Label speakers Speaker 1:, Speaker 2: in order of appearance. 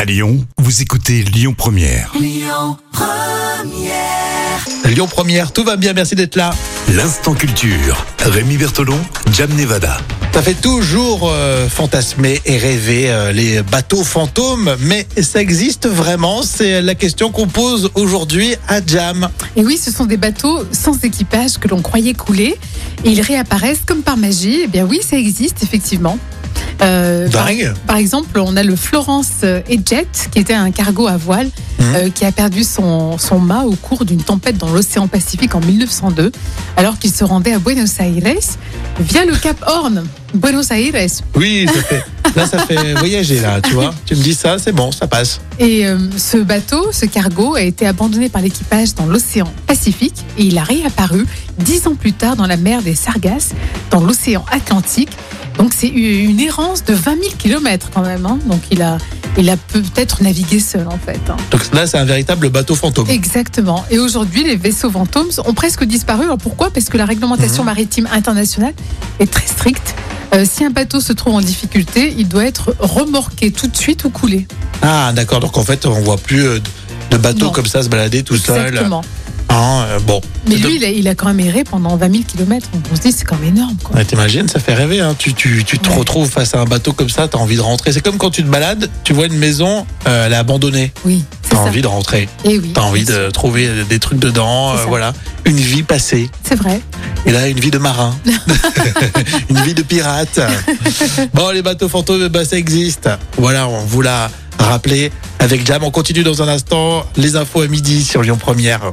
Speaker 1: À Lyon, vous écoutez Lyon Première.
Speaker 2: Lyon Première, tout va bien, merci d'être là.
Speaker 1: L'instant culture. Rémi Bertolon, Jam Nevada.
Speaker 2: Ça fait toujours euh, fantasmer et rêver euh, les bateaux fantômes, mais ça existe vraiment C'est la question qu'on pose aujourd'hui à Jam.
Speaker 3: Et oui, ce sont des bateaux sans équipage que l'on croyait couler et ils réapparaissent comme par magie. Eh bien oui, ça existe effectivement. Euh, par,
Speaker 2: Dingue
Speaker 3: par exemple, on a le Florence Jet, qui était un cargo à voile, euh, qui a perdu son, son mât au cours d'une tempête dans l'océan Pacifique en 1902, alors qu'il se rendait à Buenos Aires via le Cap Horn. Buenos Aires.
Speaker 2: Oui, ça fait, là ça fait voyager, là, tu vois. Tu me dis ça, c'est bon, ça passe.
Speaker 3: Et euh, ce bateau, ce cargo, a été abandonné par l'équipage dans l'océan Pacifique et il a réapparu dix ans plus tard dans la mer des Sargasses, dans l'océan Atlantique. Donc c'est u- une errance de 20 000 kilomètres quand même. hein. Donc il a, il a peut-être navigué seul en fait. hein.
Speaker 2: Donc là, c'est un véritable bateau fantôme.
Speaker 3: Exactement. Et aujourd'hui, les vaisseaux fantômes ont presque disparu. Alors pourquoi Parce que la
Speaker 2: Mhm.
Speaker 3: réglementation maritime internationale est très stricte. Euh, si un bateau se trouve en difficulté, il doit être remorqué tout de suite ou coulé.
Speaker 2: Ah, d'accord, donc en fait, on voit plus euh, de bateaux
Speaker 3: Non.
Speaker 2: comme ça se balader tout seul.
Speaker 3: Exactement.
Speaker 2: Hein, euh, bon.
Speaker 3: Mais lui, il a, il a quand même erré pendant 20 000 km. Donc on se dit, c'est quand même énorme. Quoi.
Speaker 2: Ouais, T'imagines, ça fait rêver. Hein. Tu, tu, tu te
Speaker 3: Ouais.
Speaker 2: retrouves face à un bateau comme ça, t'as envie de rentrer. C'est comme quand tu te balades, tu vois une maison, euh, elle est abandonnée.
Speaker 3: Oui, c'est
Speaker 2: T'as
Speaker 3: ça.
Speaker 2: envie de rentrer.
Speaker 3: Et oui,
Speaker 2: T'as envie de trouver des trucs dedans.
Speaker 3: C'est
Speaker 2: euh,
Speaker 3: ça.
Speaker 2: voilà. Une vie passée.
Speaker 3: C'est vrai.
Speaker 2: Et là, une vie de marin. une vie de pirate. Bon, les bateaux fantômes, bah, ça existe. Voilà, on vous l'a rappelé avec Jam. On continue dans un instant. Les infos à midi sur Lyon Première.